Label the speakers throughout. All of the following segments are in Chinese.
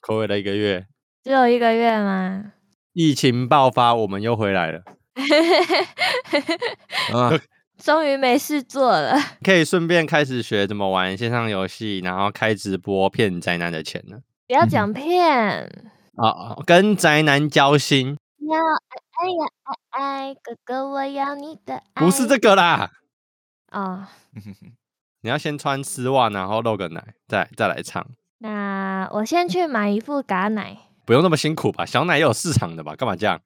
Speaker 1: 回味了一个月，
Speaker 2: 只有一个月吗？
Speaker 1: 疫情爆发，我们又回来 了，
Speaker 3: 啊，
Speaker 2: 终于没事做了，
Speaker 1: 可以顺便开始学怎么玩线上游戏，然后开直播骗宅男的钱了。
Speaker 2: 不要
Speaker 3: 嗯
Speaker 2: 讲骗。
Speaker 1: 啊，跟宅男交心，
Speaker 2: 要爱爱呀爱爱，哥哥我要你的爱。
Speaker 1: 不是这个啦。
Speaker 2: 哦，
Speaker 1: 你要先穿丝袜，然后露个奶，再再来唱，
Speaker 2: 那我先去买一副嘎奶，
Speaker 1: 不用那么辛苦吧？小奶也有市场的吧？干嘛这样？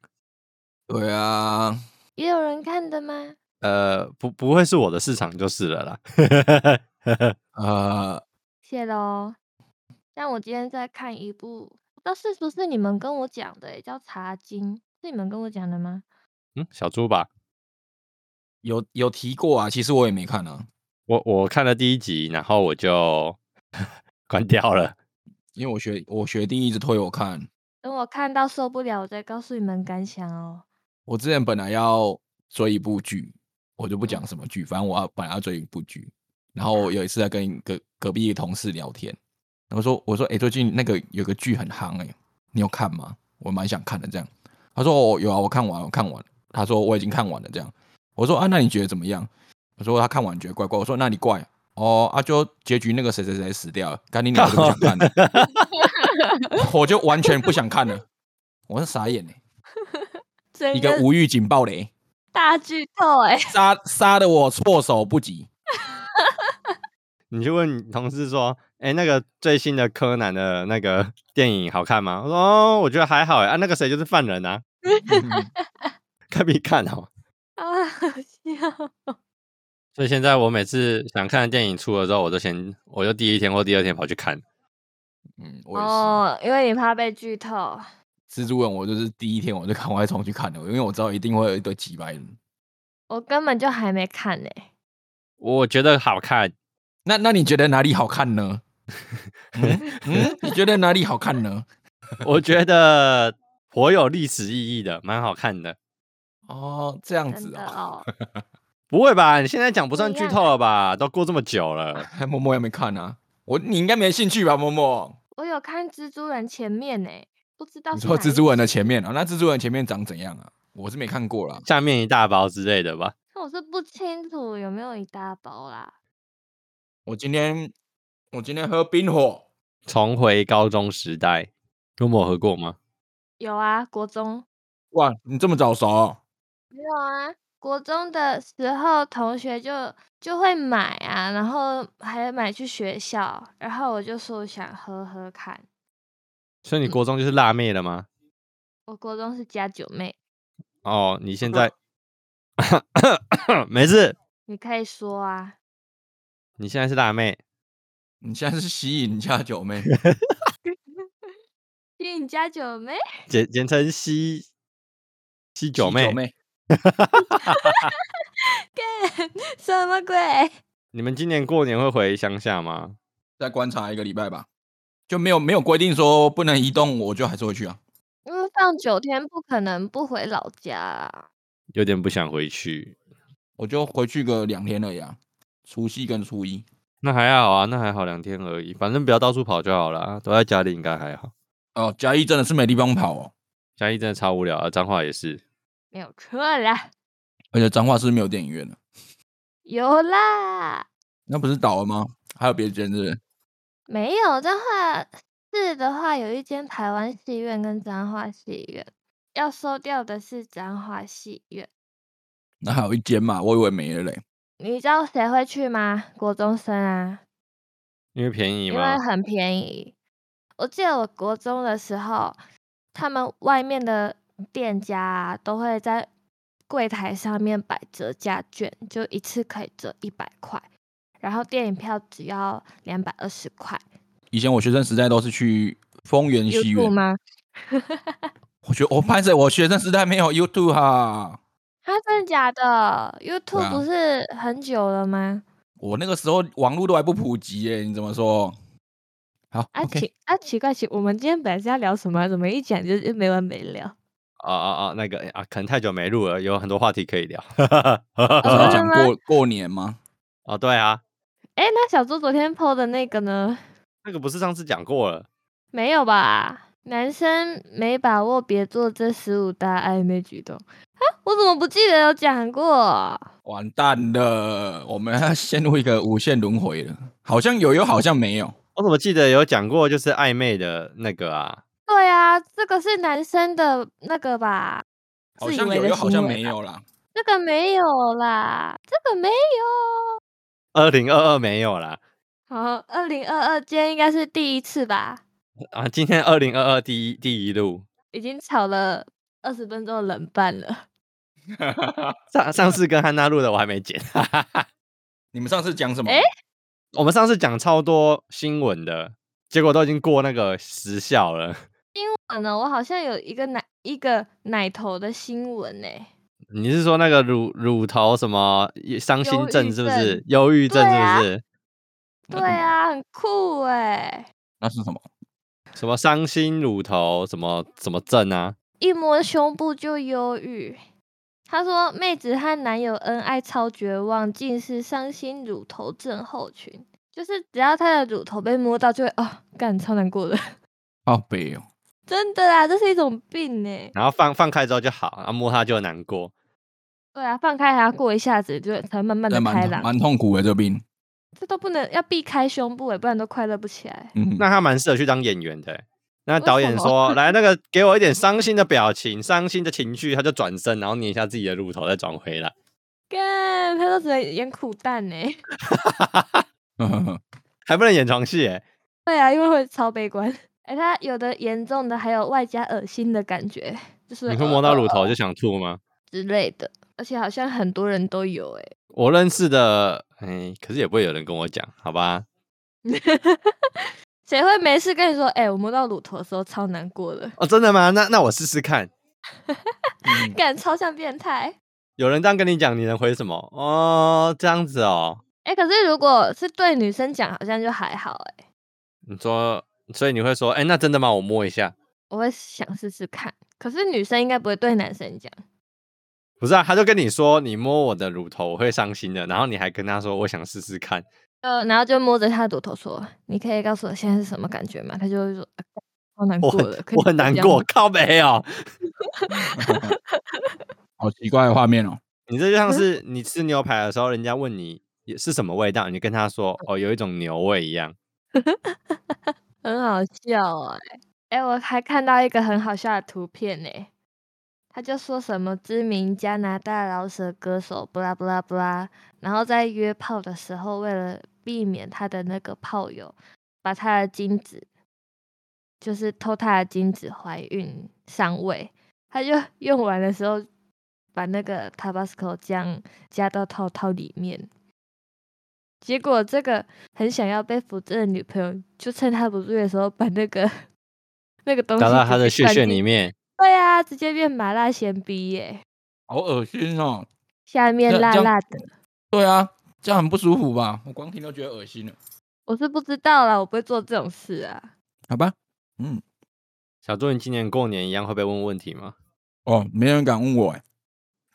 Speaker 3: 对啊，
Speaker 2: 也有人看的吗？
Speaker 1: 呃，不不会是我的市场就是了啦。
Speaker 3: 呃，
Speaker 2: 谢喽。但我今天在看一部，不知道是不是你们跟我讲的、欸，叫《茶经》，是你们跟我讲的吗？
Speaker 1: 嗯，小猪吧，
Speaker 3: 有有提过啊，其实我也没看啊，
Speaker 1: 我我看了第一集，然后我就 关掉了。
Speaker 3: 因为我学我学弟一直推我看，
Speaker 2: 等我看到受不了，我再告诉你们感想哦。
Speaker 3: 我之前本来要追一部剧，我就不讲什么剧，反正我要本来要追一部剧。然后有一次在跟一个隔壁一个同事聊天，然后说我说哎、欸最近那个有个剧很夯哎、你有看吗？我蛮想看的这样。他说哦有啊，我看完了我看完了。他说我已经看完了这样。我说啊那你觉得怎么样？我说他看完觉得怪怪。我说那你怪哦啊就结局那个谁谁谁死掉了，赶紧鸟我就不想看了，我就完全不想看了。我是傻眼哎、
Speaker 2: 整
Speaker 3: 一个无预警暴雷。
Speaker 2: 大剧透哎、
Speaker 3: 杀杀的我措手不及。
Speaker 1: 你去问你同事说，哎、那个最新的柯南的那个 电影好看吗？我说哦，我觉得还好哎、啊，那个谁就是犯人啊，
Speaker 3: 嗯
Speaker 1: 看没看哦。
Speaker 2: 啊，好笑。
Speaker 1: 所以现在我每次想看的电影出了之后，我都先，我就第一天或第二天跑去看。
Speaker 3: 嗯，我也是。
Speaker 2: 哦，因为你怕被剧透。
Speaker 3: 蜘蛛人，我就是第一天我就赶快冲去看了，因为我知道一定会有一堆几百人。
Speaker 2: 我根本就还没看呢、
Speaker 1: 我觉得好看，
Speaker 3: 那那你觉得哪里好看呢？ 嗯嗯，你觉得哪里好看呢？
Speaker 1: 我觉得颇有历史意义的，蛮好看的。
Speaker 3: 哦，这样
Speaker 2: 真
Speaker 3: 子
Speaker 2: 的
Speaker 3: 啊、
Speaker 2: 哦。
Speaker 1: 不会吧？你现在讲不算
Speaker 2: 不一
Speaker 1: 剧
Speaker 2: 样啊
Speaker 1: 透了吧？都过这么久了，
Speaker 3: 还默默还没看啊，我你应该没兴趣吧，默默？
Speaker 2: 我有看蜘蛛人前面呢、不知道
Speaker 3: 你
Speaker 2: 是
Speaker 3: 说
Speaker 2: 哪
Speaker 3: 蜘
Speaker 2: 一
Speaker 3: 蛛人的
Speaker 2: 集，
Speaker 3: 前面啊？那蜘蛛人前面长怎样啊？我是没看过啦。
Speaker 1: 下面一大包之类的吧。
Speaker 2: 但我是不清楚有没有一大包啦。
Speaker 3: 我今天我今天喝冰火，
Speaker 1: 重回高中时代，跟我合过吗？
Speaker 2: 有啊，国中
Speaker 3: 哇，你这么早熟哦、
Speaker 2: 没有啊？国中的时候，同学就就会买啊，然后还买去学校，然后我就说想喝喝看。
Speaker 1: 所以
Speaker 2: 嗯
Speaker 1: 你国中就是辣妹了吗？
Speaker 2: 我国中是加九妹，
Speaker 1: 哦，你现在没事，
Speaker 2: 你可以说啊，
Speaker 1: 你现在是辣妹。
Speaker 3: 你现在是吸引家九妹。
Speaker 2: 吸引加九妹，
Speaker 1: 简简称西西九妹。
Speaker 3: 九妹，
Speaker 2: 干什么鬼？
Speaker 1: 你们今年过年会回乡下吗？
Speaker 3: 再观察一个礼拜吧，就没有没有规定说不能移动，我就还是会去啊。
Speaker 2: 因为放九天不可能不回老家啊。
Speaker 1: 有点不想回去。
Speaker 3: 我就回去个两天而已啊，除夕跟初一。
Speaker 1: 那还好啊，那还好，两天而已，反正不要到处跑就好了。都在家里应该还好。
Speaker 3: 哦，嘉义真的是没地方跑哦，
Speaker 1: 嘉义真的超无聊啊，彰化也是。
Speaker 2: 没有错啦，
Speaker 3: 而且彰化是没有电影院的，
Speaker 2: 有啦。
Speaker 3: 那不是倒了吗？还有别间是不是
Speaker 2: 没有彰化市的话，有一间台湾戏院跟彰化戏院，要收掉的是彰化戏院。
Speaker 3: 那还有一间嘛，我以为没了嘞。
Speaker 2: 你知道谁会去吗？国中生啊，
Speaker 1: 因为便宜
Speaker 2: 因为
Speaker 1: 吗？
Speaker 2: 很便宜。我记得我国中的时候，他们外面的店家、啊、都会在柜台上面摆折价券，就一次可以折一百块，然后电影票只要两百二十块。
Speaker 3: 以前我学生时代都是去丰原戏
Speaker 2: YouTube
Speaker 3: 院，
Speaker 2: 吗？
Speaker 3: 我学我拍摄，我学生时代没有 YouTube 哈，
Speaker 2: 啊，真的假的？YouTube
Speaker 3: 啊
Speaker 2: 不是很久了吗？
Speaker 3: 我那个时候网络都还不普及耶，你怎么说？好
Speaker 2: 啊
Speaker 3: ，OK，
Speaker 2: 奇啊奇怪奇，我们今天本来是要聊什么，怎么一讲就就没完没了？
Speaker 1: 啊啊啊，那个啊，可能太久没录了，有很多话题可以聊。
Speaker 3: 不是
Speaker 2: 真的
Speaker 3: 讲
Speaker 2: 吗
Speaker 3: 过过年吗？
Speaker 1: 哦，对啊，
Speaker 2: 哎、那小猪昨天 PO 的那个呢？
Speaker 1: 那个不是上次讲过了？
Speaker 2: 没有吧？男生没把握，别做这十五大暧昧举动啊！我怎么不记得有讲过？
Speaker 3: 完蛋了，我们要陷入一个无限轮回了。好像有，又好像没有。
Speaker 1: 我怎么记得有讲过，就是暧昧的那个啊？
Speaker 2: 对啊，这个是男生的那个吧？
Speaker 3: 好
Speaker 2: 自以
Speaker 3: 像
Speaker 2: 为
Speaker 3: 有
Speaker 2: 的
Speaker 3: 又好
Speaker 2: 行
Speaker 3: 像
Speaker 2: 为
Speaker 3: 没
Speaker 2: 吧
Speaker 3: 有啦。
Speaker 2: 这个没有啦，这个没有。
Speaker 1: 二零二二没有啦，
Speaker 2: 好，二零二二今天应该是第一次吧？
Speaker 1: 啊，今天二零二二第一第一路，
Speaker 2: 已经吵了二十分钟的冷拌了。
Speaker 1: 上上次跟汉娜录的我还没剪，
Speaker 3: 你们上次讲什么？
Speaker 2: 诶
Speaker 1: 我们上次讲超多新闻的，结果都已经过那个时效了。
Speaker 2: 可能我好像有一个奶一个奶头的新闻呢、
Speaker 1: 你是说那个乳乳头什么也伤心
Speaker 2: 忧
Speaker 1: 症
Speaker 2: 郁
Speaker 1: 是不是？忧郁症
Speaker 2: 对
Speaker 1: 是
Speaker 2: 啊
Speaker 1: 不是？
Speaker 2: 对啊，很酷哎、
Speaker 3: 那是什么？
Speaker 1: 什么伤心乳头什么什么症啊？
Speaker 2: 一摸胸部就忧郁。她说，妹子和男友恩爱超绝望，竟是伤心乳头症候群。就是只要她的乳头被摸到，就会哦，干超难过的，
Speaker 3: 好悲哦。
Speaker 2: 真的啊，这是一种病呢、
Speaker 1: 然后放放开之后就好，然后摸它就难过。
Speaker 2: 对啊，放开还要过一下子，就才慢慢的
Speaker 3: 但
Speaker 2: 开
Speaker 3: 蛮
Speaker 2: 朗。
Speaker 3: 蛮痛苦的这病。
Speaker 2: 这都不能要避开胸部哎，不然都快乐不起来。
Speaker 3: 嗯，
Speaker 1: 那他蛮适合去当演员的欸。那
Speaker 2: 为
Speaker 1: 导
Speaker 2: 什
Speaker 1: 演
Speaker 2: 么
Speaker 1: 说：“来，那个给我一点伤心的表情，伤心的情绪。”他就转身，然后捏一下自己的乳头，再转回来。
Speaker 2: 干，他都只能演苦蛋呢。
Speaker 3: 嗯
Speaker 1: 还不能演床戏，哎，
Speaker 2: 对啊，因为会超悲观。哎、他有的严重的还有外加恶心的感觉，就是
Speaker 1: 你会摸到乳头就想吐吗？
Speaker 2: 之类的，而且好像很多人都有哎、
Speaker 1: 我认识的，哎，可是也不会有人跟我讲，好吧？
Speaker 2: 谁会没事跟你说？哎、我摸到乳头的时候超难过的，
Speaker 1: 哦，真的吗？那那我试试看。
Speaker 3: 嗯
Speaker 2: 感超像变态。
Speaker 1: 有人这样跟你讲，你能回什么？哦，这样子哦。
Speaker 2: 哎、可是如果是对女生讲，好像就还好哎、
Speaker 1: 你说，所以你会说，哎，那真的吗？我摸一下。
Speaker 2: 我会想试试看。可是女生应该不会对男生讲，
Speaker 1: 不是啊，他就跟你说，你摸我的乳头，我会伤心的。然后你还跟他说，我想试试看。
Speaker 2: 呃，然后就摸着他的乳头说：“你可以告诉我现在是什么感觉吗？”他就会说：“啊超难
Speaker 1: 我
Speaker 2: 过
Speaker 1: 很
Speaker 2: 的，可以
Speaker 1: 我很
Speaker 2: 不要
Speaker 1: 难
Speaker 2: 这样
Speaker 1: 过
Speaker 2: 吗，
Speaker 1: 靠哦没有。
Speaker 3: 好奇怪的画面哦。
Speaker 1: 你这就
Speaker 2: 嗯
Speaker 1: 像是你吃牛排的时候，人家问你也是什么味道，你跟他说哦，
Speaker 2: 嗯
Speaker 1: 有一种牛味一样。
Speaker 2: 很好笑哎、哎、我还看到一个很好笑的图片呢、他就说什么知名加拿大饶舌歌手布拉布拉布拉，然后在约炮的时候，为了避免他的那个炮友把他的精子，就是偷他的精子怀孕上位，他就用完的时候把那个 Tabasco 酱加到套套里面。结果这个很想要被扶正的女朋友，就趁他不注意的时候，把那个 那个东西
Speaker 1: 打到
Speaker 2: 直
Speaker 1: 他的
Speaker 2: 接
Speaker 1: 血
Speaker 2: 灌
Speaker 1: 血
Speaker 2: 进
Speaker 1: 里面，
Speaker 2: 对啊，直接变麻辣咸逼耶、
Speaker 3: 好恶心哦。
Speaker 2: 下面
Speaker 3: 这
Speaker 2: 辣
Speaker 3: 这样
Speaker 2: 辣的。
Speaker 3: 对啊，这样很不舒服吧？我光听都觉得恶心了。
Speaker 2: 我是不知道啦，我不会做这种事啊。
Speaker 3: 好吧，嗯，
Speaker 1: 小猪，你今年过年一样会被问问题吗？
Speaker 3: 哦，没人敢问我哎，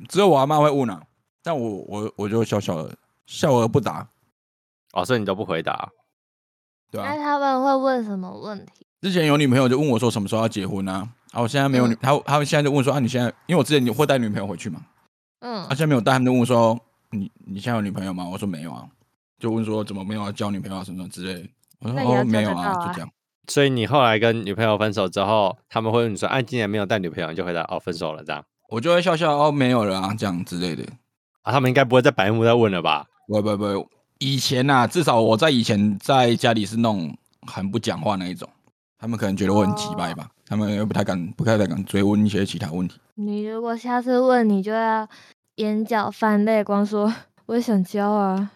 Speaker 3: 只有我阿妈会问啊。但我我我就小小的笑而不答，
Speaker 1: 哦，所以你都不回答。
Speaker 3: 对
Speaker 2: 那
Speaker 3: 啊。
Speaker 2: 他们会问什么问题？
Speaker 3: 之前有女朋友就问我说什么时候要结婚啊？啊，我现在没有女，他他们现在就问说啊，你现在因为我之前会带女朋友回去嘛，
Speaker 2: 嗯
Speaker 3: 他、，现在没有带，他们啊就问我说哦你你现在有女朋友吗？我说没有啊，就问说怎么没有要交女朋友啊什么什么之类的。我说
Speaker 2: 那也要
Speaker 3: 哦没有
Speaker 2: 交得到
Speaker 3: 啊，
Speaker 2: 啊
Speaker 3: 就这样。
Speaker 1: 所以你后来跟女朋友分手之后，他们会问你说，哎、今年没有带女朋友，你就回答哦，分手了这样。
Speaker 3: 我就会笑笑哦没有了啊这样之类的。
Speaker 1: 啊，他们应该不会再白目再问了吧？
Speaker 3: 不不不，以前呐、啊，至少我在以前在家里是那种很不讲话那一种，他们可能觉得我很奇怪吧，
Speaker 2: 哦
Speaker 3: 他们又不太敢不太敢追问一些其他问题。
Speaker 2: 你如果下次问，你就要眼角泛泪，光说我也想交 啊，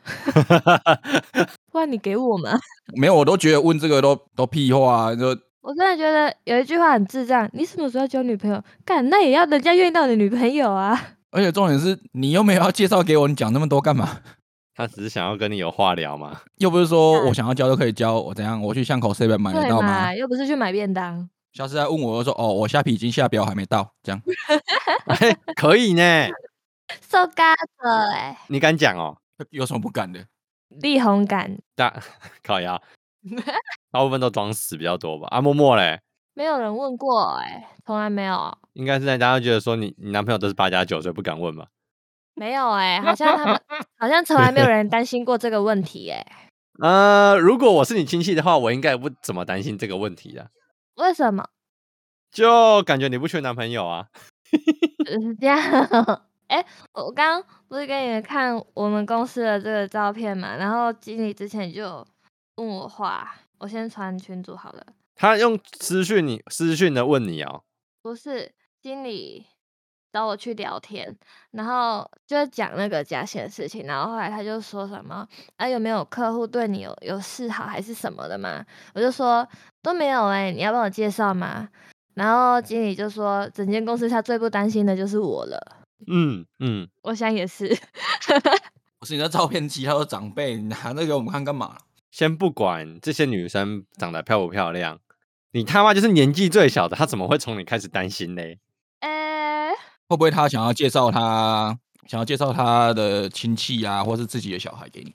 Speaker 2: 不然你给我嘛。
Speaker 3: 没有，我都觉得问这个都都屁话、啊，就
Speaker 2: 我真的觉得有一句话很智障，你什么时候交女朋友？干，那也要人家愿意当你的女朋友啊。
Speaker 3: 而且重点是你又没有要介绍给我，你讲那么多干嘛？
Speaker 1: 他只是想要跟你有话聊嘛。
Speaker 3: 又不是说我想要交就可以交，我怎样？我去巷口 C 本买得
Speaker 2: 啊对
Speaker 3: 到吗
Speaker 2: 嘛，？又不是去买便当。
Speaker 3: 下次再问我，我就说哦，我虾皮已经下标还没到，这样
Speaker 1: 哎，可以呢，
Speaker 2: So g a 哎，
Speaker 1: 你敢讲哦？
Speaker 3: 有什么不敢的？
Speaker 2: 力宏感
Speaker 1: 大烤鸭，大部分都装死比较多吧。啊，默默嘞，
Speaker 2: 没有人问过哎、从来没有，
Speaker 1: 应该是在大家觉得说你你男朋友都是八加九，所以不敢问吧？
Speaker 2: 没有哎、好像他们好像从来没有人担心过这个问题哎、
Speaker 1: 呃，如果我是你亲戚的话，我应该也不怎么担心这个问题的，
Speaker 2: 为什么？
Speaker 1: 就感觉你不缺男朋友啊。
Speaker 2: 是这样。 哎、我刚刚不是给你们看我们公司的这个照片嘛，然后经理之前就有问我话，我先传群主好了。
Speaker 1: 他用私讯你私讯的问你哦，
Speaker 2: 不是经理找我去聊天，然后就是讲那个假险的事情，然后后来他就说什么啊有没有客户对你有有示好还是什么的嘛？我就说都没有哎、你要帮我介绍吗？然后经理就说整间公司他最不担心的就是我了，
Speaker 1: 嗯嗯，
Speaker 2: 我想也是。
Speaker 3: 不是你那照片其他的长辈，你拿那给我们看干嘛？
Speaker 1: 先不管这些女生长得漂不漂亮，你他妈就是年纪最小的，她怎么会从你开始担心嘞？
Speaker 2: 哎、
Speaker 3: 会不会他想要介绍他想要介绍他的亲戚啊，或是自己的小孩给你？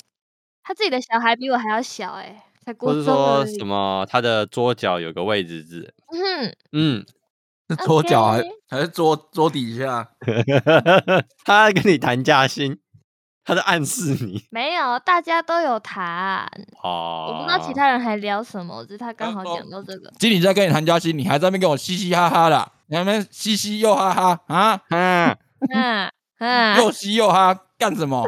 Speaker 2: 他自己的小孩比我还要小哎、才国
Speaker 1: 或是
Speaker 2: 中
Speaker 1: 说
Speaker 2: 而
Speaker 1: 什
Speaker 2: 已。
Speaker 1: 么她的桌角有个位置字，
Speaker 2: 嗯，
Speaker 1: 嗯，
Speaker 3: 是桌角还
Speaker 2: OK
Speaker 3: 还是桌桌底下？
Speaker 1: 她跟你谈价薪，她在暗示你
Speaker 2: 没有，大家都有谈，
Speaker 1: 哦。
Speaker 2: 我不知道其他人还聊什么，只是他刚好
Speaker 3: 哦
Speaker 2: 讲到这 个。
Speaker 3: 经理在跟你谈加薪，你还在那边跟我嘻嘻哈哈的，你还在那边嘻嘻又哈哈啊，
Speaker 1: 啊，
Speaker 2: 啊啊，
Speaker 3: 又嘻又哈干什么？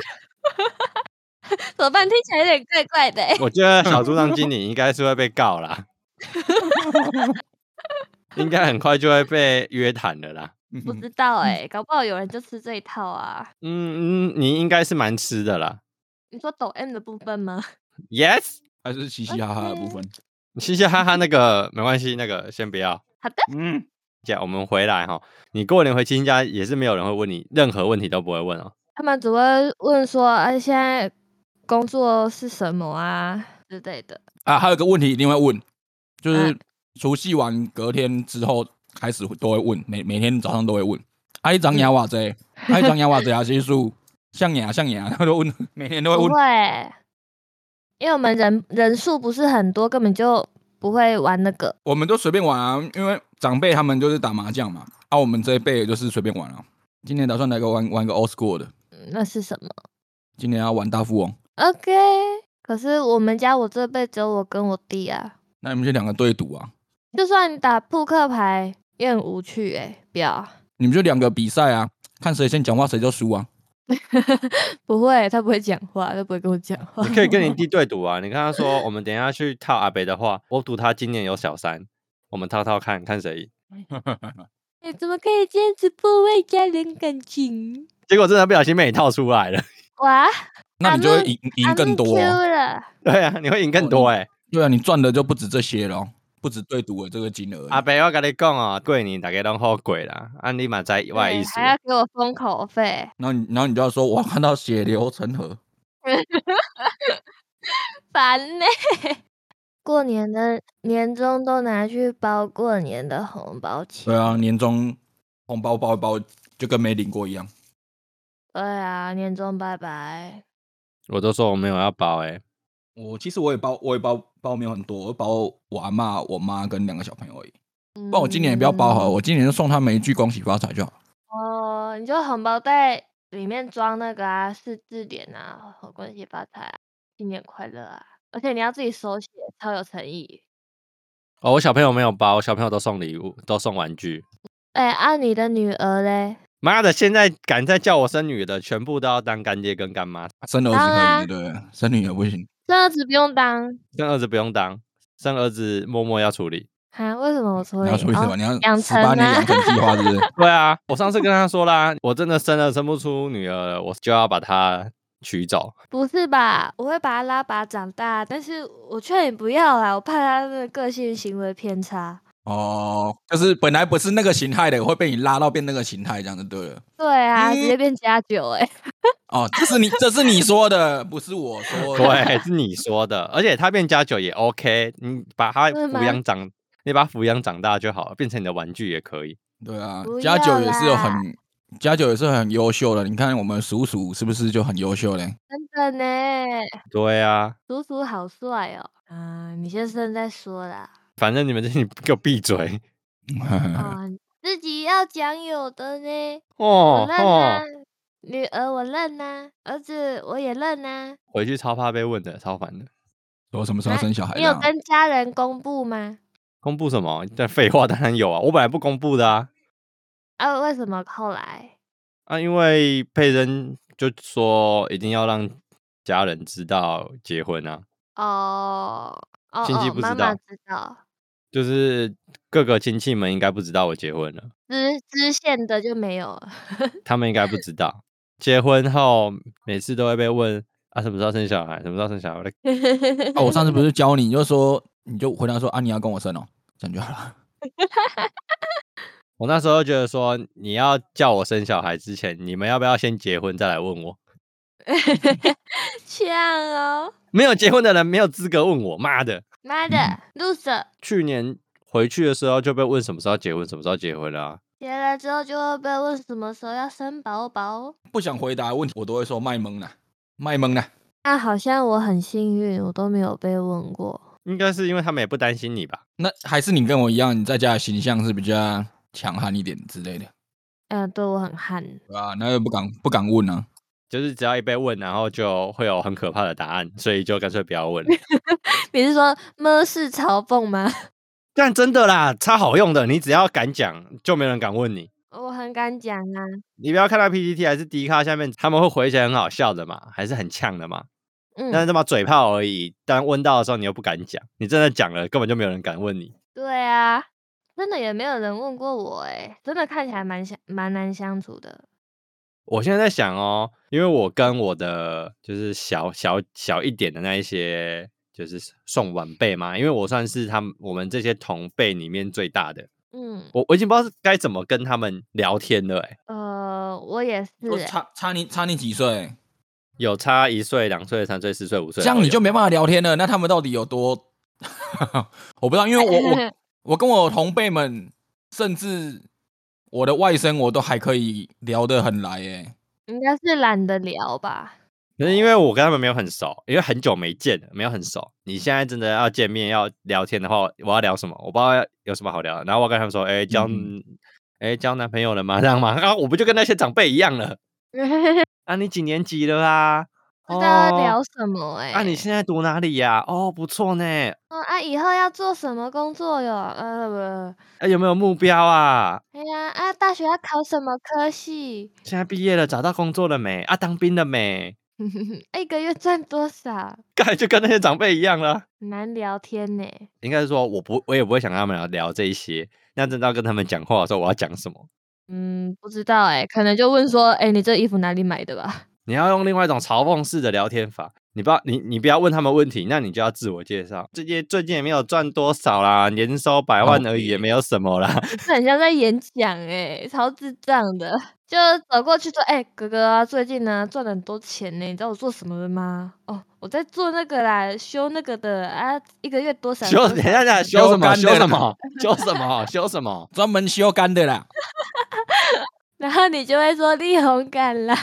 Speaker 2: 怎么办？听起来有点怪怪 的、欸。
Speaker 1: 我觉得小猪当经理应该是会被告啦， 应该很快就会被约谈的啦。
Speaker 3: 嗯
Speaker 2: 不知道哎、搞不好有人就吃这一套啊。
Speaker 1: 嗯嗯，你应该是蛮吃的啦。
Speaker 2: 你说抖 M 的部分吗？
Speaker 1: Yes，
Speaker 3: 还是嘻嘻哈哈的部分。
Speaker 1: 你嘻嘻哈哈那个没关系，那个先不要。
Speaker 2: 好的，
Speaker 3: 嗯，
Speaker 1: 姐，我们回来哈，你过年回亲戚家也是没有人会问你任何问题都不会问哦。
Speaker 2: 他们只会问说，哎、现在工作是什么啊之类的。
Speaker 3: 啊，还有个问题一定会问，就是
Speaker 2: 嗯
Speaker 3: 除夕完隔天之后开始会都会问，每每天早上都会问，啊，一张牙瓦贼，啊，一张牙瓦贼啊，技 术像牙像牙，他都问，每天都会
Speaker 2: 不
Speaker 3: 问。
Speaker 2: 会，因为我们人人数不是很多，根本就不会玩那个。
Speaker 3: 我们都随便玩啊，因为长辈他们就是打麻将嘛，啊，我们这一辈也就是随便玩啊。今年打算来个玩玩个 old school 的，
Speaker 2: 嗯那是什么
Speaker 3: 今年要玩大富翁。
Speaker 2: ？OK。可是我们家我这辈只有我跟我弟啊，
Speaker 3: 那你们就两个对赌啊，
Speaker 2: 就算你打扑克牌也很无趣哎、不要，
Speaker 3: 你们就两个比赛啊，看谁先讲话谁就输啊。
Speaker 2: 不会，他不会讲话，他不会跟我讲话
Speaker 1: 你。可以跟 你弟对赌啊，你跟他说，我们等一下去套阿北的话，我赌他今年有小三，我们套套看看谁赢。
Speaker 2: 你哎怎么可以这样子破坏家人感情？
Speaker 1: 结果真的不小心被你套出来了。
Speaker 2: 哇，
Speaker 3: 啊那你就会赢赢更多、
Speaker 2: 啊
Speaker 3: 哦。
Speaker 2: 了。
Speaker 1: 对啊，你会赢更多哎、
Speaker 3: 对啊，你赚的就不止这些咯，不止对赌的这个金额。
Speaker 1: 阿伯，我跟你讲哦，过年大家拢好过啦，啊，你嘛知我的
Speaker 2: 对
Speaker 1: 意思
Speaker 2: 哎还。要给我封口费，
Speaker 3: 然后你，然后你就要说，我看到血流成河。
Speaker 2: 烦呢、 过年的年终都拿去包过年的红包钱。
Speaker 3: 对啊，年终红包包一包，就跟没领过一样。嗯
Speaker 2: 对啊，年终拜拜。
Speaker 1: 我都说我没有要包哎、
Speaker 3: 我其实我也包，我也包包没有很多，我包我阿妈、我妈跟两个小朋友而已。
Speaker 2: 不
Speaker 3: 不然我今年也不要包好了，
Speaker 2: 嗯
Speaker 3: 我今年就送他们一句恭喜发财就好。
Speaker 2: 哦，你就红包袋里面装那个啊，四字脸啊，好恭喜发财、啊，新年快乐啊！而且你要自己手写，超有诚意。
Speaker 1: 哦，我小朋友没有包，我小朋友都送礼物，都送玩具。
Speaker 2: 哎、啊，你的女儿嘞？
Speaker 1: 妈的，现在敢再叫我生女的，全部都要当干爹跟干妈，
Speaker 3: 生儿子
Speaker 2: 当
Speaker 3: 可
Speaker 2: 然
Speaker 3: 以，对不对？生女儿不行，
Speaker 2: 这儿子不用当
Speaker 1: 生儿子不用当，生儿子默默要处理。
Speaker 2: 啊？为什么我说
Speaker 3: 你要出去什么？
Speaker 2: 哦？
Speaker 3: 你要
Speaker 2: 养
Speaker 3: 十
Speaker 2: 成
Speaker 3: 八年
Speaker 2: 啊
Speaker 3: 养成计划是不是？
Speaker 1: 对啊，我上次跟他说啦，我真的生了生不出女儿了，我就要把她娶走。
Speaker 2: 不是吧？我会把他拉拔长大，但是我劝你不要啦，我怕他的个性行为偏差。
Speaker 3: 哦，就是本来不是那个形态的，会被你拉到变那个形态，这样就对了。
Speaker 2: 对啊，直接
Speaker 3: 嗯
Speaker 2: 变加九 哎、
Speaker 3: 哦，这是你这是你说的，不是我说的。
Speaker 1: 对，是你说的，而且她变家酒也 OK，你把她
Speaker 2: 真的
Speaker 1: 抚
Speaker 2: 吗
Speaker 1: 养长，你把她抚养长大就好了，变成你的玩具也可以。
Speaker 3: 对啊
Speaker 2: 不，
Speaker 3: 加
Speaker 2: 要
Speaker 3: 九也是有
Speaker 2: 啦
Speaker 3: 很家酒也是很优秀的，你看我们鼠鼠是不是就很优秀嘞？
Speaker 2: 真的呢，
Speaker 1: 对啊，
Speaker 2: 叔叔好帅哦。啊，你先生在说 啦。
Speaker 1: 反正你们这些给我闭嘴
Speaker 2: 啊，你自己要讲有的呢。我
Speaker 1: 哦
Speaker 2: 认啊
Speaker 1: 哦，，
Speaker 2: 女儿我认呐，儿子我也认啊呐。
Speaker 1: 回去超怕被问的，超烦的。
Speaker 3: 我什么时候生小孩
Speaker 2: 你有
Speaker 3: 的？啊
Speaker 2: 跟家人公布吗？
Speaker 1: 公布什么？但废话当然有啊， 我本来不公布的啊
Speaker 2: 啊，为什么后来？
Speaker 1: 啊，因为佩珍就说一定要让家人知道结婚啊，
Speaker 2: 哦哦
Speaker 1: 亲戚
Speaker 2: 哦，
Speaker 1: 不
Speaker 2: 妈
Speaker 1: 知
Speaker 2: 妈
Speaker 1: 道
Speaker 2: 知道，
Speaker 1: 就是各个亲戚们应该不知道我结婚了。
Speaker 2: 支支线的就没有了。
Speaker 1: 他们应该不知道。 结婚后每次都会被问啊，什么时候生小孩？什么时候生小孩？我的
Speaker 3: 哦，我上次不是教你，你就说你就回答说啊，你要跟我生哦，这样就好了。
Speaker 1: 我那时候觉得说，你要叫我生小孩之前，你们要不要先结婚再来问我？
Speaker 2: 这样哦，
Speaker 1: 没有结婚的人没有资格问我，妈的！
Speaker 2: 妈的，loser，
Speaker 1: 嗯去年回去的时候就被问什么时候结婚，什么时候结婚了、啊。
Speaker 2: 结了之后就会被问什么时候要生宝宝。
Speaker 3: 不想回答的问题，我都会说卖萌啦，卖萌啦。
Speaker 2: 那好像我很幸运，我都没有被问过。
Speaker 1: 应该是因为他们也不担心你吧？
Speaker 3: 那还是你跟我一样，你在家的形象是比较强悍一点之类的，
Speaker 2: 嗯、对我很悍。
Speaker 3: 对吧、那又不敢不敢问啊。
Speaker 1: 就是只要一被问，然后就会有很可怕的答 案，所以就干脆不要问了。
Speaker 2: 你是说么是嘲讽吗？
Speaker 1: 但真的啦，超好用的，你只要敢讲，就没人敢问你。
Speaker 2: 我很敢讲啊，
Speaker 1: 你不要看到 PPT 还是迪卡下面，他们会回一些很好笑的嘛，还是很呛的嘛，但
Speaker 2: 嗯，
Speaker 1: 是他妈嘴炮而已。但问到的时候你又不敢讲，你真的讲了，根本就没有人敢问你。
Speaker 2: 对啊，真的也没有人问过我哎、真的看起来蛮相蛮难相处的。
Speaker 1: 我现在在想哦，因为我跟我的就是小小小一点的那一些，就是送晚辈嘛，因为我算是他们我们这些同辈里面最大的，
Speaker 2: 嗯，
Speaker 1: 我我已经不知道该怎么跟他们聊天了、欸，
Speaker 2: 呃，我也是、
Speaker 3: 我
Speaker 2: 欸，
Speaker 3: 差差你差你几岁？
Speaker 1: 有差一岁、两岁、三岁、四岁、五岁
Speaker 3: 这
Speaker 1: 都有，
Speaker 3: 样你就没办法聊天了。那他们到底有多？ 我不知道，因为我 我我跟我同辈们，甚至我的外甥，我都还可以聊得很来耶。
Speaker 2: 应该是懒得聊吧。
Speaker 1: 可是因为我跟他们没有很熟，因为很久没见了，没有很熟。你现在真的要见面要聊天的话，我要聊什么？我不知道要有什么好聊的。然后我跟他们说，哎、交，哎、
Speaker 3: 嗯
Speaker 1: 交男朋友了吗？这样吗？啊，我不就跟那些长辈一样了？
Speaker 2: 不
Speaker 1: 啊，你几年级了啊？
Speaker 2: 知道
Speaker 1: 哦
Speaker 2: 要聊什么哎、
Speaker 1: 啊，你现在读哪里呀、哦，不错呢。
Speaker 2: 哦啊，以后要做什么工作哟？呃
Speaker 1: 啊，有没有目标啊？
Speaker 2: 不，哎呀啊，大学要考什么科系？
Speaker 1: 现在毕业了，找到工作了没？啊，当兵了没？
Speaker 2: 啊一个月赚多少？
Speaker 1: 刚才就跟那些长辈一样了。
Speaker 2: 很难聊天呢、
Speaker 1: 应该是说，我不，我也不会想跟他们聊聊这一些。那真的要跟他们讲话的时候，我要讲什么？
Speaker 2: 嗯，不知道哎、可能就问说，哎、你这衣服哪里买的吧？
Speaker 1: 你要用另外一种嘲讽式的聊天法，你不要你你不要问他们问题，那你就要自我介绍。最近最近也没有赚多少啦，年收百万而已，也没有什么啦。
Speaker 2: 这 很像在演讲哎、超智障的。就走过去说，哎、哥哥啊，最近呢、赚了很多钱呢、你知道我做什么的吗？哦，我在做那个啦，修那个的啊，一个月多少？
Speaker 1: 修
Speaker 2: 多
Speaker 1: 等一
Speaker 2: 少
Speaker 1: 下等一下修什么
Speaker 3: 干
Speaker 1: 修
Speaker 3: 的
Speaker 1: 什
Speaker 3: 啦
Speaker 1: 么修什么修什么？
Speaker 3: 专门修干的啦。
Speaker 2: 然后你就会说力宏感啦，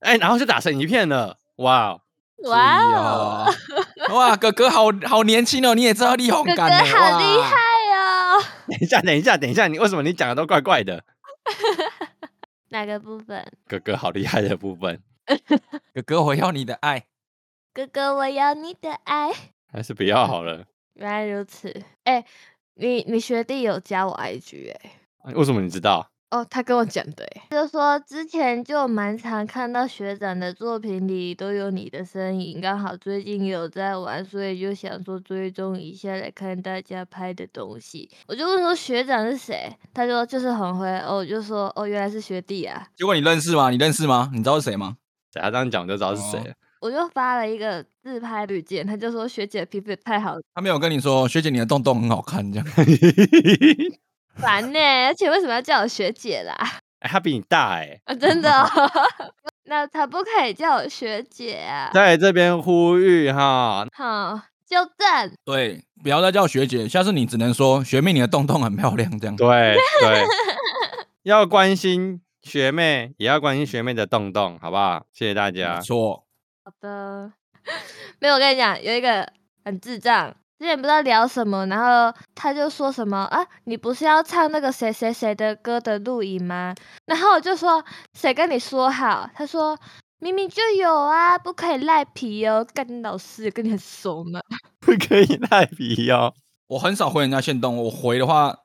Speaker 1: 哎、然后就打成一片了，哇哦！
Speaker 2: 哇
Speaker 3: 注意
Speaker 2: 哦！
Speaker 3: 哦！哇，哥哥好好年轻哦，你也知道力宏
Speaker 2: 哥哥
Speaker 3: 感呢
Speaker 2: 好厉
Speaker 3: 哇
Speaker 2: 害哦！
Speaker 1: 等一下等一下等一下，你为什么你讲的都怪怪的？
Speaker 2: 哪个部分？
Speaker 1: 哥哥好厉害的部分，
Speaker 3: 哥哥，我要你的爱。
Speaker 2: 哥哥，我要你的爱。
Speaker 1: 还是不要好了。
Speaker 2: 原来如此，哎、你你学弟有加我 IG 哎、
Speaker 1: 哎为什么你知道？
Speaker 2: 哦，他跟我讲的、欸，就说之前就蛮常看到学长的作品里都有你的身影，刚好最近有在玩，所以就想说追踪一下来看大家拍的东西。我就问说学长是谁，他就说就是红辉，哦，我就说哦原来是学弟啊，
Speaker 3: 结果你认识吗？你认识吗？你知道是谁吗？
Speaker 1: 等他这样讲我就知道是谁
Speaker 3: 哦
Speaker 1: 了。
Speaker 2: 我就发了一个自拍旅件，他就说学姐皮肤也太好了，
Speaker 3: 他没有跟你说，学姐你的洞洞很好看这样。
Speaker 2: 烦呢、而且为什么要叫我学姐啦？
Speaker 1: 哎他比你大哎、
Speaker 2: 啊，真的、哦， 那才不可以叫我学姐啊！
Speaker 1: 在这边呼吁哈，
Speaker 2: 好，纠正，
Speaker 3: 对，不要再叫学姐，下次你 只能说学妹你的洞洞很漂亮这样。
Speaker 1: 对对，要关心学妹也要关心学妹的洞洞，好不好？谢谢大家
Speaker 3: 没。错，
Speaker 2: 好的， 没有，我跟你讲，有一个很智障，之前不知道聊什么，然后他就说什么啊，你不是要唱那个谁谁谁的歌的录影吗？ 然后我就说谁跟你说好？他说明明就有啊，不可以赖皮哦。干你老师跟你很熟吗？
Speaker 1: 不 可以赖皮哦。
Speaker 3: 我很少回人家线动，我回的话，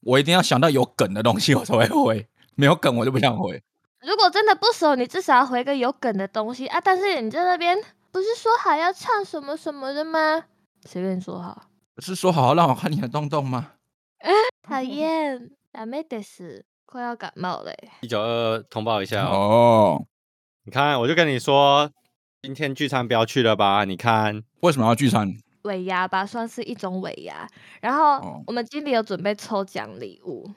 Speaker 3: 我一定要想到有梗的东西我才会回，没有梗我就不想回。
Speaker 2: 如果真的不熟，你至少要回个有梗的东西啊。但是你在那边不是说好要唱什么什么的吗？谁跟你说好？
Speaker 3: 是说好好让我看你的洞洞吗？
Speaker 2: 讨厌， 打妹得死，快要感冒欸嘞、
Speaker 1: 一九二二通报一下、哦，
Speaker 3: 哦，
Speaker 1: 你看我就跟你说，今天聚餐不要去了吧？你看，
Speaker 3: 为什么要聚餐？
Speaker 2: 尾牙吧，算是一种尾牙。然后、
Speaker 3: 哦
Speaker 2: 我们经理有准备抽奖礼物，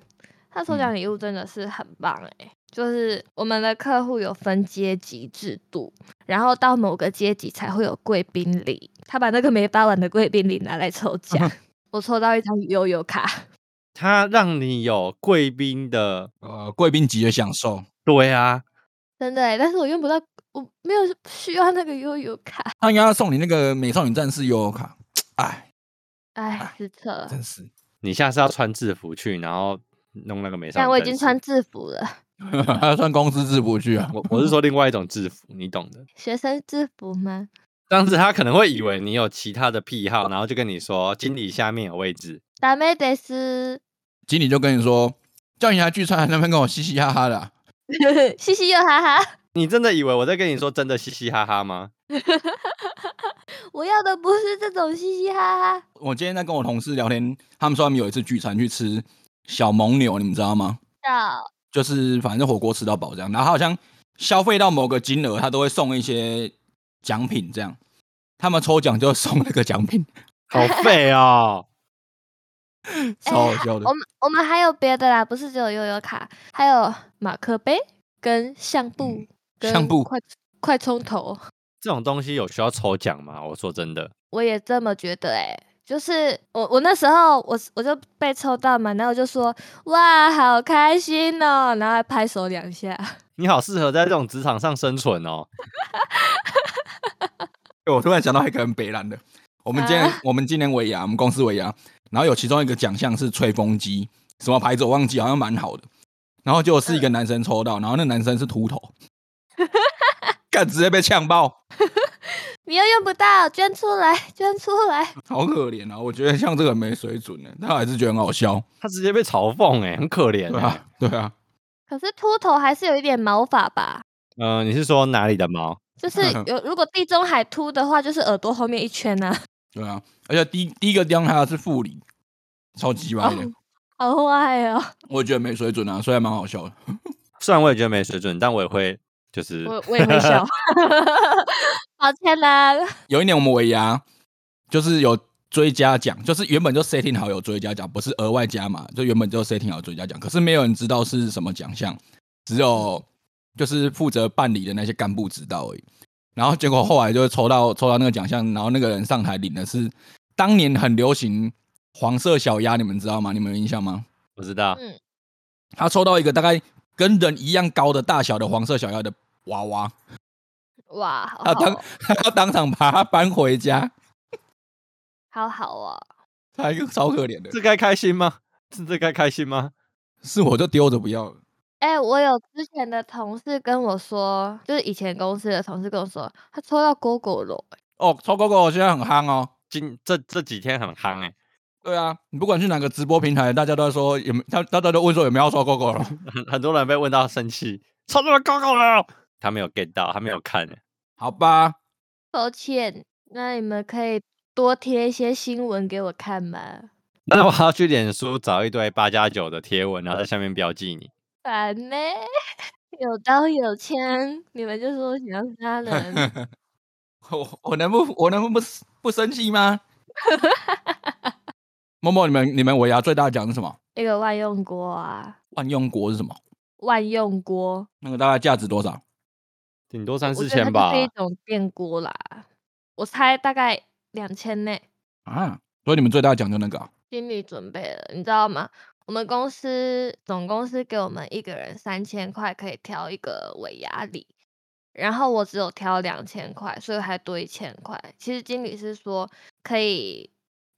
Speaker 2: 他抽
Speaker 3: 嗯
Speaker 2: 奖礼物真的是很棒哎、就是我们的客户有分阶级制度，然后到某个阶级才会有贵宾礼。他把那个没发完的贵宾礼拿来 抽奖，我抽到一张悠悠卡，
Speaker 1: 他让你有贵宾的，
Speaker 3: 呃，贵宾级的享受，
Speaker 1: 对啊，
Speaker 2: 真的、欸，但是我用不到，我没有需要那个悠悠卡，
Speaker 3: 他应该要送你那个美少女战士悠悠卡。哎，
Speaker 2: 哎
Speaker 3: 哎，
Speaker 2: 失策了。
Speaker 3: 真是，
Speaker 1: 你下次要穿制服去，然后弄那个美少女战士。
Speaker 2: 但我已经穿制服了，
Speaker 3: 还要穿公司制服 去啊？
Speaker 1: 我我是说另外一种制服，你懂的。
Speaker 2: 学生制服吗？
Speaker 1: 这样子他可能会以为你有其他的癖好，然后就跟你说经理下面有位置。
Speaker 2: 打妹得 死，
Speaker 3: 经理就跟你说，叫你来聚餐，还在那边跟我嘻嘻哈哈的啊、
Speaker 2: 嘻嘻又哈哈。
Speaker 1: 你真的以为我在跟你说真的嘻嘻哈哈吗？
Speaker 2: 我要的不是这种嘻嘻哈哈。
Speaker 3: 我今天在跟我同事聊天，他们说他们有一次聚餐去吃小蒙牛，你们知道吗？
Speaker 2: 到
Speaker 3: 就是反正火锅吃到饱这样，然后好像消费到某个金额，他都会送一些奖品这样。他们抽奖就送那个奖 品，
Speaker 1: 好 废哦！
Speaker 3: 超好笑的
Speaker 2: 我。们我们还有别的啦，不是只有悠悠卡，还有马克杯跟相簿、跟
Speaker 3: 嗯相簿
Speaker 2: 快快冲头。
Speaker 1: 这种东西有需要抽奖吗？我说真的，
Speaker 2: 我也这么觉得哎、就是我我那时候我我就被抽到嘛，然后我就说哇好开心哦，然后还拍手两下。
Speaker 1: 你好适合在这种职场上生存哦。
Speaker 3: 欸我突然想到一个很北蓝的，我们今年、
Speaker 2: 啊
Speaker 3: 我们今年尾牙，我们公司尾牙，然后有其中一个奖项是吹风机，什么牌子我忘记，好像蛮好的。然后结果是一个男生抽到，然后那男生是秃头， 干直接被呛爆，
Speaker 2: 你又用不到，捐出来，捐出来！
Speaker 3: 好可怜啊！我觉得像这个很没水准的，但我还是觉得很好笑，
Speaker 1: 他直接被嘲讽哎、很可怜、
Speaker 3: 对
Speaker 1: 欸。
Speaker 3: 啊，对啊，
Speaker 2: 可是秃头还是有一点毛发吧，
Speaker 1: 嗯、你是说哪里的毛？
Speaker 2: 就是 有如果地中海秃的话，就是耳朵后面一圈呐、
Speaker 3: 对啊。而且第一第一个地方他是副理，超级歪的，
Speaker 2: 好坏哦！
Speaker 3: 我觉得没水准啊，虽然蛮好笑的。
Speaker 1: 虽然我也觉得没水准，但我也会就是
Speaker 2: 我我也会笑， 抱歉啦。
Speaker 3: 有一年我们尾牙就是有追加奖，就是原本就 setting 好有追加奖，不是额外加嘛，就原本就 setting 好有追加奖，可是没有人知道是什么奖项，只有就是负责办理的那些干部知道而已。然后结果后来就抽到抽到那个奖项，然后那个人上台领的是当年很流行黄色小鸭，你们知道吗？你们有印象吗？
Speaker 1: 不知道。
Speaker 2: 嗯，
Speaker 3: 他抽到一个大概跟人一样高的大小的黄色小鸭的娃娃，
Speaker 2: 哇，好
Speaker 3: 他
Speaker 2: 好
Speaker 3: 当、
Speaker 2: 哦，
Speaker 3: 他当场把它搬回家，
Speaker 2: 好好哦。
Speaker 3: 他一个超可怜的。
Speaker 1: 这该开心吗？是这该开心吗？
Speaker 3: 是我就丢着不要了。
Speaker 2: 哎、我有之前的同事跟我说，就是以前公司的同事跟我说，他抽到蝈蝈螺，
Speaker 3: 哦，抽狗狗现在很夯哦。
Speaker 1: 今这这几天很夯哎、
Speaker 3: 对啊，你不管去哪个直播平台，大家都在说有没，大大家都问说有没有要抽狗狗了。
Speaker 1: 很很多人被问到生气，超他妈高高了，他没有 get 到，他没有看、欸，
Speaker 3: 好吧，
Speaker 2: 抱歉。那你们可以多贴一些新闻给我看吗？
Speaker 1: 那我要去脸书找一堆八加九的贴文，然后在下面标记你。
Speaker 2: 烦呢、 有刀有枪，你们就说想要杀 人，
Speaker 3: 我我能不我能不不不生气 吗？默默，你们你们尾牙最大的奖是什么？
Speaker 2: 一个万用锅啊，
Speaker 3: 万用国是什么？
Speaker 2: 万用锅，
Speaker 3: 那个大概价值多少？
Speaker 1: 顶多三
Speaker 2: 我
Speaker 1: 四
Speaker 2: 觉
Speaker 1: 千
Speaker 2: 得它
Speaker 1: 吧
Speaker 2: 就是，一种电锅啦，我猜大概两千内。
Speaker 3: 啊，所以你们最大的奖就那个啊、
Speaker 2: 经理准备了，你知道吗？我们公司总公司给我们一个人三千块，可以挑一个尾牙礼，然后我只有挑两千块，所以还多一千块。其实经理是说可以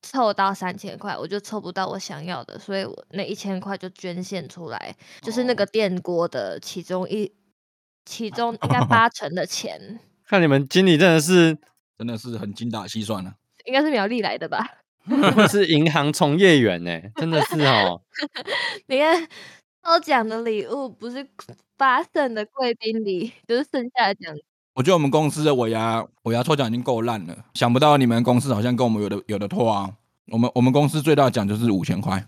Speaker 2: 凑到三千块，我就凑不到我想要的，所以我那一千块就捐献出来，就是那
Speaker 3: 哦
Speaker 2: 个电锅的其中一，其中应该八成的钱，
Speaker 1: 看你们经理真的 是
Speaker 3: 真的是很精打细算啊。
Speaker 2: 应该是苗栗来的吧？
Speaker 1: 是银行从业员呢、真的是哦。
Speaker 2: 你看，抽奖的礼物不是发剩的贵宾礼，就是剩下的奖。
Speaker 3: 我觉得我们公司的尾牙尾牙抽奖已经够烂了，想不到你们公司好像跟我们有的有的拖啊。我们我们公司最大的奖就是五千块，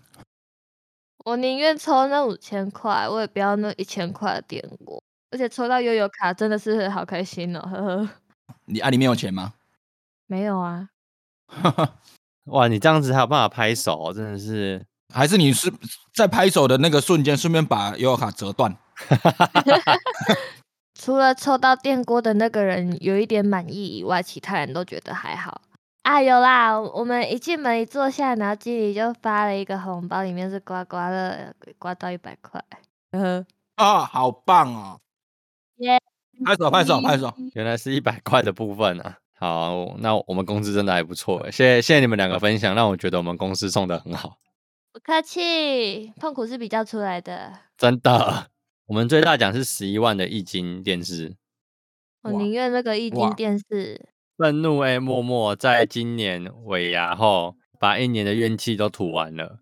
Speaker 2: 我宁愿抽那五千块，我也不要那一千块的点过。而且抽到悠悠卡真的是好开心哦，呵呵。
Speaker 3: 你啊里面有钱吗？
Speaker 2: 没有啊，
Speaker 1: 哇，你这样子还有办法拍手、哦真的是。
Speaker 3: 还是你是在拍手的那个瞬间顺便把悠悠卡折断？
Speaker 2: 除了抽到电锅的那个人有一点满意以外，其他人都觉得还好。啊，有啦，我们一进门一坐下，然后经理就发了一个红包，里面是刮刮乐，刮到一百块。呵呵，
Speaker 3: 啊，好棒哦！
Speaker 2: 耶
Speaker 3: 拍手拍手拍手！
Speaker 1: 原来是一百块的部分啊。好，那我们公司真的还不错欸，谢谢谢谢你们两个分享，让我觉得我们公司送的很好，
Speaker 2: 不客气，痛苦是比较出来的。
Speaker 1: 真的。我们最大奖是十一万的一金电视。
Speaker 2: 我
Speaker 3: 哇
Speaker 2: 哦宁愿那个液晶
Speaker 3: 哇
Speaker 2: 电视。
Speaker 1: 愤怒 A 默默在今年尾牙后，把一年的怨气都吐完了，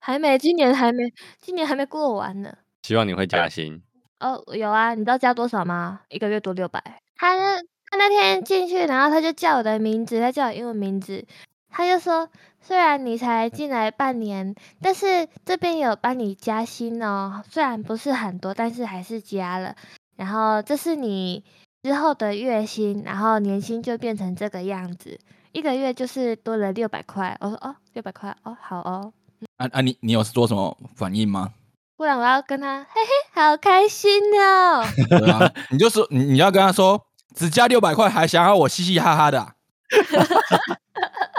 Speaker 2: 还没，今年还没，今年还没过完呢。
Speaker 1: 希望你会加薪。
Speaker 2: 哦，有啊，你知道加多少吗？一个月多六百。他那他那天进去，然后他就叫我的名字，他叫我英文名字，他就说，虽然你才进来半年，但是这边有帮你加薪哦，虽然不是很多，但是还是加了。然后这是你之后的月薪，然后年薪就变成这个样子，一个月就是多了六百块。我说哦，六百块哦，好哦。
Speaker 3: 啊啊，你你有做什么反应吗？
Speaker 2: 不然我要跟他， 嘿嘿，好开心哦！
Speaker 3: 对啊，你就说你你要跟他说，只加六百块还想要我嘻嘻哈哈的啊、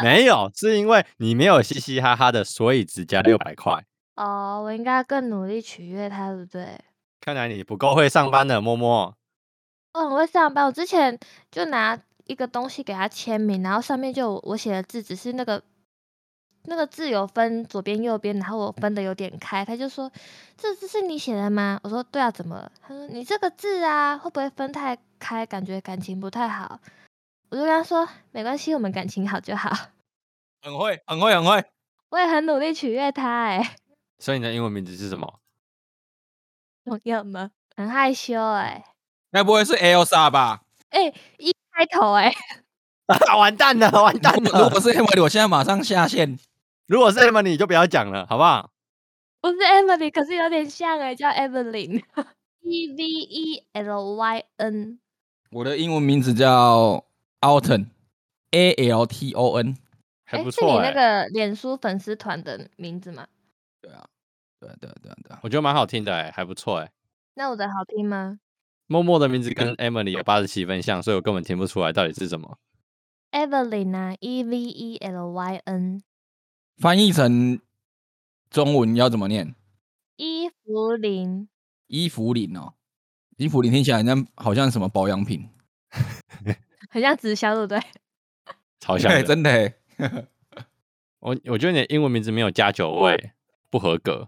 Speaker 1: 没有，是因为你没有嘻嘻哈哈的，所以只加六百块。
Speaker 2: 哦，我应该更努力取悦他，对不对？
Speaker 1: 看来你不够会上班的，默默。
Speaker 2: 哦我很会上班，我之前就拿一个东西给他签名，然后上面就有我写的字，只是那个那个字有分左边右边，然后我分的有点开，他就说这字是你写的吗？我说对啊，怎么了？他说你这个字啊会不会分太开，感觉感情不太好？我就跟他说没关系，我们感情好就好。
Speaker 3: 很会很会很会。
Speaker 2: 我也很努力取悦他、哎。
Speaker 1: 所以你的英文名字是什么？
Speaker 2: 重要吗？ 很害羞哎、
Speaker 3: 该不会是 L 莎吧？
Speaker 2: 哎、一开头哎、
Speaker 1: 啊，完蛋了，完蛋
Speaker 3: 如果
Speaker 1: 了！
Speaker 3: 如果是 M，我现在马上下线。
Speaker 1: 如果是 Emma，你就不要讲了，好不好？
Speaker 2: 不是 Emily，可是有点像哎、叫 Evelyn 。E V E L Y N，
Speaker 3: 我的英文名字叫 Alton，A L T O N。
Speaker 1: 还
Speaker 2: 诶
Speaker 1: 不
Speaker 2: 哎是你
Speaker 1: 错、欸，
Speaker 2: 那个脸书粉丝团的名字吗？
Speaker 3: 对啊，对啊，对啊，对啊，对啊。
Speaker 1: 我觉得蛮好听的、欸，还不错哎、
Speaker 2: 那我的好听吗
Speaker 1: 默默的名字跟 Emily 有八十七分像，所以我根本听不出来到底是什么。
Speaker 2: ？Evelyn 啊，E V E L Y N，
Speaker 3: 翻译成中文要怎么念？
Speaker 2: 伊芙琳。
Speaker 3: 伊芙琳哦，伊芙琳听起来好像好像什么保养品。
Speaker 2: 很像直销，对不对？
Speaker 1: 超像
Speaker 3: 对，
Speaker 1: 的，
Speaker 3: 真的欸。
Speaker 1: 我我觉得你的英文名字没有加九位，不合格。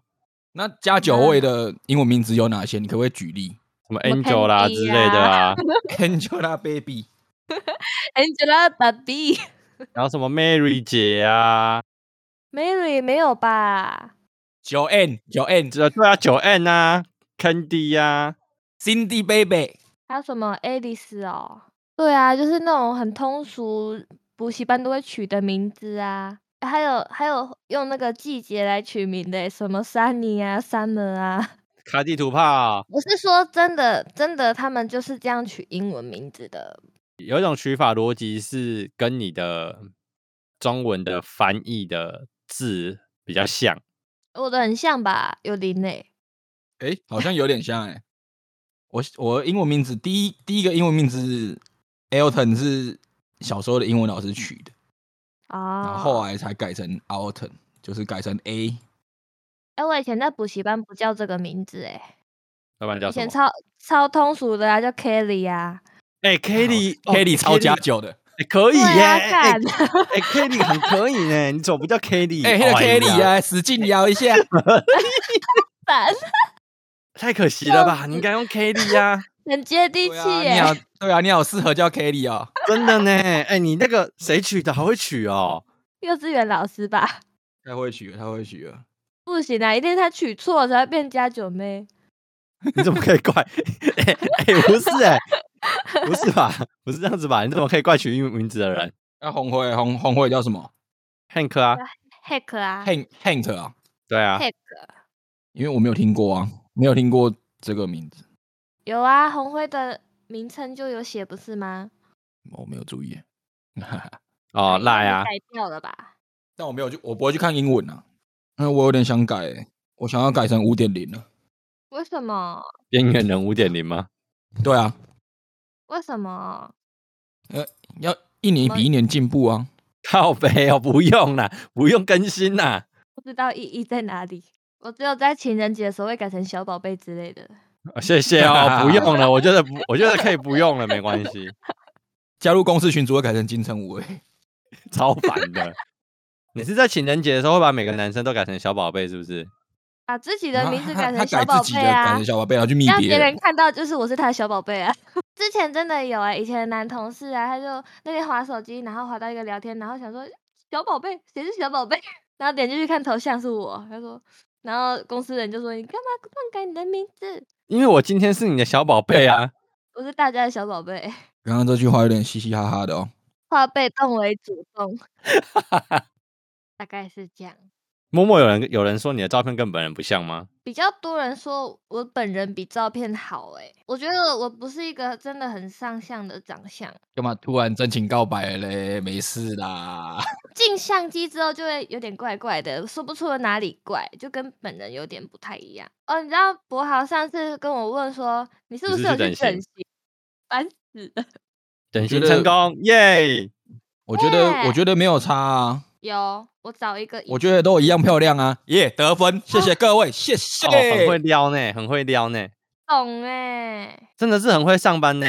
Speaker 3: 那加九位的英文名字有哪些？你可不可以举例
Speaker 1: 什么
Speaker 2: 什么
Speaker 1: Angel 啦
Speaker 2: Candy
Speaker 1: 之类的啊，
Speaker 3: ？Angelababy。
Speaker 2: Angelababy、
Speaker 1: 然后什么 Mary 姐啊，
Speaker 2: Mary 没有吧？
Speaker 3: 九 N 九 N
Speaker 1: 这对啊，九 N 啊，Candy 啊，
Speaker 3: Cindy Baby
Speaker 2: 还有什么 Alice 哦？对啊，就是那种很通俗补习班都会取的名字啊。还有还有用那个季节来取名的耶，欸什么 Sunny 啊、Summer 啊。
Speaker 1: 卡地图炮，
Speaker 2: 我是说真的，真的，他们就是这样取英文名字的。
Speaker 1: 有一种取法逻辑是跟你的中文的翻译的字比较像。
Speaker 2: 我的很像吧？有林欸诶，
Speaker 3: 哎、好像有点像哎、我我英文名字第一第一个英文名字 Elton 是小时候的英文老师取的，
Speaker 2: 哦，
Speaker 3: 啊然后后来才改成 Alton，就是改成 A
Speaker 2: 哎、我以前在补习班不叫这个名字、诶，
Speaker 1: 要不然
Speaker 2: 哎，
Speaker 1: 叫
Speaker 2: 以
Speaker 1: 什
Speaker 2: 前
Speaker 1: 么？
Speaker 2: 超超通俗的啊，叫 Kelly 啊，
Speaker 1: 哎，Kelly
Speaker 3: Kelly 超加
Speaker 1: 加
Speaker 3: 酒的，
Speaker 1: 可以
Speaker 2: 哦对
Speaker 1: 耶，
Speaker 2: 啊，
Speaker 1: 哎
Speaker 2: 干，
Speaker 1: 哎，Kelly 很可以呢，你怎么不 叫 Kelly？
Speaker 3: 哎，那个
Speaker 1: 哎呀
Speaker 3: Kelly 啊，使劲摇一下，
Speaker 2: 烦，
Speaker 1: 太可惜了吧？你应该用 Kelly 呀，
Speaker 2: 很接地
Speaker 3: 对
Speaker 2: 气、欸
Speaker 3: 啊，
Speaker 2: 耶。
Speaker 3: 你好，对啊，你好适合叫 Kelly 哦。
Speaker 1: 真的呢。哎，你那个谁取的？好会取哦。
Speaker 2: 幼稚园老师吧？
Speaker 3: 太会取了，太会取了。
Speaker 2: 不行啊，一定是他取错才会变加九妹。
Speaker 1: 你怎么可以怪？哎、哎不是哎、不是吧？不是这样子吧？你怎么可以怪取英文名字的人
Speaker 3: 那红会红红会叫什么
Speaker 1: ？Hank 啊，
Speaker 2: Hack 啊
Speaker 3: ？Hank Hank 啊，
Speaker 1: 对啊，
Speaker 2: ，Hack
Speaker 3: 因为我没有听过啊，没有听过这个名字，
Speaker 2: 有啊，红灰的名称就有写不是吗？
Speaker 3: 我没有注意。
Speaker 1: 哦，赖啊，
Speaker 2: 改掉了吧？
Speaker 3: 但我没有去，我不会去看英文啊，因为我有点想改、我想要改成五点零了。
Speaker 2: 为什么？
Speaker 1: 边缘人五点零吗？
Speaker 3: 对啊，
Speaker 2: 为什么？
Speaker 3: 要一年比一年进步啊。
Speaker 1: 靠背哦，不用啦，不用更新啦。
Speaker 2: 不知道意义在哪里？我只有在情人节的时候会改成小宝贝之类的。
Speaker 1: 哦谢谢哦，不用了，我觉得不，我觉得可以不用了，没关系，
Speaker 3: 加入公司群组会改成金城武、欸，
Speaker 1: 超烦的。你是在情人节的时候会把每个男生都改成小宝贝，是不是？
Speaker 2: 把自己的名字改
Speaker 3: 啊他
Speaker 2: 成
Speaker 3: 他
Speaker 2: 小
Speaker 3: 改
Speaker 2: 宝
Speaker 3: 自己
Speaker 2: 贝
Speaker 3: 的，改
Speaker 2: 啊
Speaker 3: 成，小宝贝，然后去密
Speaker 2: 让
Speaker 3: 别
Speaker 2: 别人
Speaker 3: 人。
Speaker 2: 看到就是我是他的小宝贝啊。 之前真的有啊、以前的男同事啊，他就那边划手机，然后划到一个聊天，然后想说小宝贝谁是小宝贝， 然后点进去看头像是我，他说，然后公司人就说你干嘛乱改你的名字？
Speaker 1: 因为我今天是你的小宝贝啊，
Speaker 2: 我是大家的小宝贝，
Speaker 3: 刚刚这句话有点嘻嘻哈哈的哦。
Speaker 2: 化被动为主动，大概是这样。
Speaker 1: 默默有人有人说你的照片跟本人不像吗？
Speaker 2: 比较多人说我本人比照片好、欸，我觉得我不是一个真的很上相的长相。
Speaker 3: 干嘛突然真情告白嘞？没事啦，
Speaker 2: 进相机之后就会有点怪怪的，说不出哪里怪，就跟本人有点不太一样。哦，你知道博豪上次跟我问说，你是
Speaker 1: 你
Speaker 2: 不
Speaker 1: 是
Speaker 2: 是
Speaker 1: 去
Speaker 2: 有
Speaker 1: 整
Speaker 2: 去整
Speaker 1: 形
Speaker 2: 形？烦死了！
Speaker 1: 整形
Speaker 3: 觉得
Speaker 1: 成功，耶！
Speaker 3: 我觉得、
Speaker 2: 欸
Speaker 3: 我觉得没有差啊，
Speaker 2: 有，我找一个一，
Speaker 3: 我觉得都一样漂亮啊，耶、得分，谢谢各位，谢谢。
Speaker 1: 哦，很会撩呢，很会撩呢，
Speaker 2: 懂哎、
Speaker 1: 真的是很会上班呢。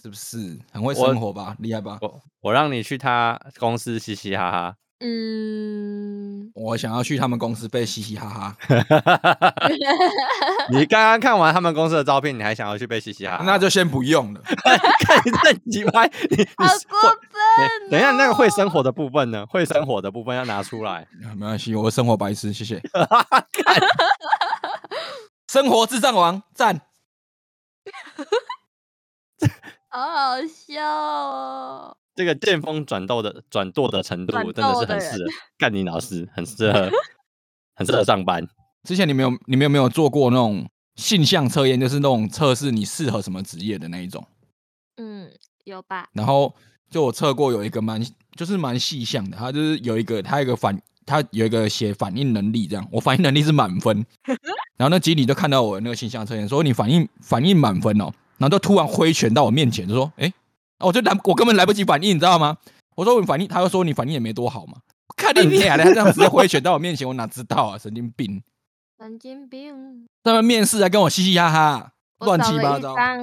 Speaker 3: 是不是很会
Speaker 1: 我
Speaker 3: 生活吧？厉害吧？
Speaker 1: 我我让你去他公司嘻嘻哈
Speaker 2: 嗯，
Speaker 3: 我想要去他们公司被嘻嘻哈哈。
Speaker 1: 哈。你刚刚看完他们公司的照片，你还想要去被嘻嘻哈哈？
Speaker 3: 那就先不用了。
Speaker 1: 看 你在几 拍，你
Speaker 2: 好
Speaker 1: 你是
Speaker 2: 过
Speaker 1: 会
Speaker 2: 分、哦
Speaker 1: 等等一下，那个会生活的部分呢？会生活的部分要拿出来。
Speaker 3: 没关系，我生活白痴，谢谢。生活智障王赞，
Speaker 2: 好好笑哦！
Speaker 1: 这个见风转舵的转舵的程度
Speaker 2: 转，
Speaker 1: 真的是
Speaker 2: 舵的
Speaker 1: 很
Speaker 2: 人
Speaker 1: 适合干你老师，很适 合，很适合上班。
Speaker 3: 之前你们有你们有没有做过那种性向测验，就是那种测试你适合什么职业的那一种？
Speaker 2: 嗯，有吧？
Speaker 3: 然后就我测过有一个蛮就是蛮细项的，它就是有一个它有一个反它有一个写反应能力这样，我反应能力是满 分，然后那经理就看到我那个形象测验说你反应反应满分哦，然后就突然挥拳到我面前就说哎，啊我就来我根本来不及反应你知道吗？我说我反应，他就说你反应也没多好嘛，看 你俩的这样子挥拳到我面前，我哪知道啊，神经病！
Speaker 2: 神经病！
Speaker 3: 他们面试还跟我嘻嘻哈哈，
Speaker 2: 我
Speaker 3: 乱
Speaker 2: 找
Speaker 3: 七八
Speaker 2: 了一
Speaker 3: 糟。
Speaker 2: 张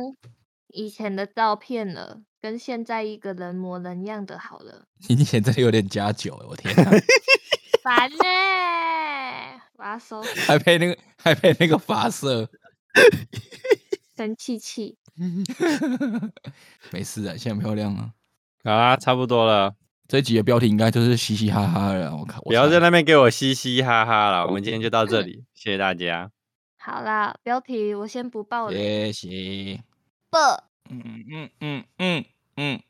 Speaker 2: 以前的照片了，跟现在一个人模人样的好了。
Speaker 3: 你以前真的有点加酒了，我天哪！
Speaker 2: 烦呢、我要收拾
Speaker 3: 还被那个还被那个发射，
Speaker 2: 生气气。
Speaker 3: 没事啊，现在漂亮啊。
Speaker 1: 好啦，差不多了，
Speaker 3: 这一集的标题应该就是嘻嘻哈哈了啊，我看我
Speaker 1: 不要
Speaker 3: 猜
Speaker 1: 在那边给我嘻嘻哈哈了。我们今天就到 这里，谢谢大家。
Speaker 2: 好啦，标题我先不报了。
Speaker 3: 谢谢。
Speaker 2: 报
Speaker 3: 嗯嗯嗯嗯嗯。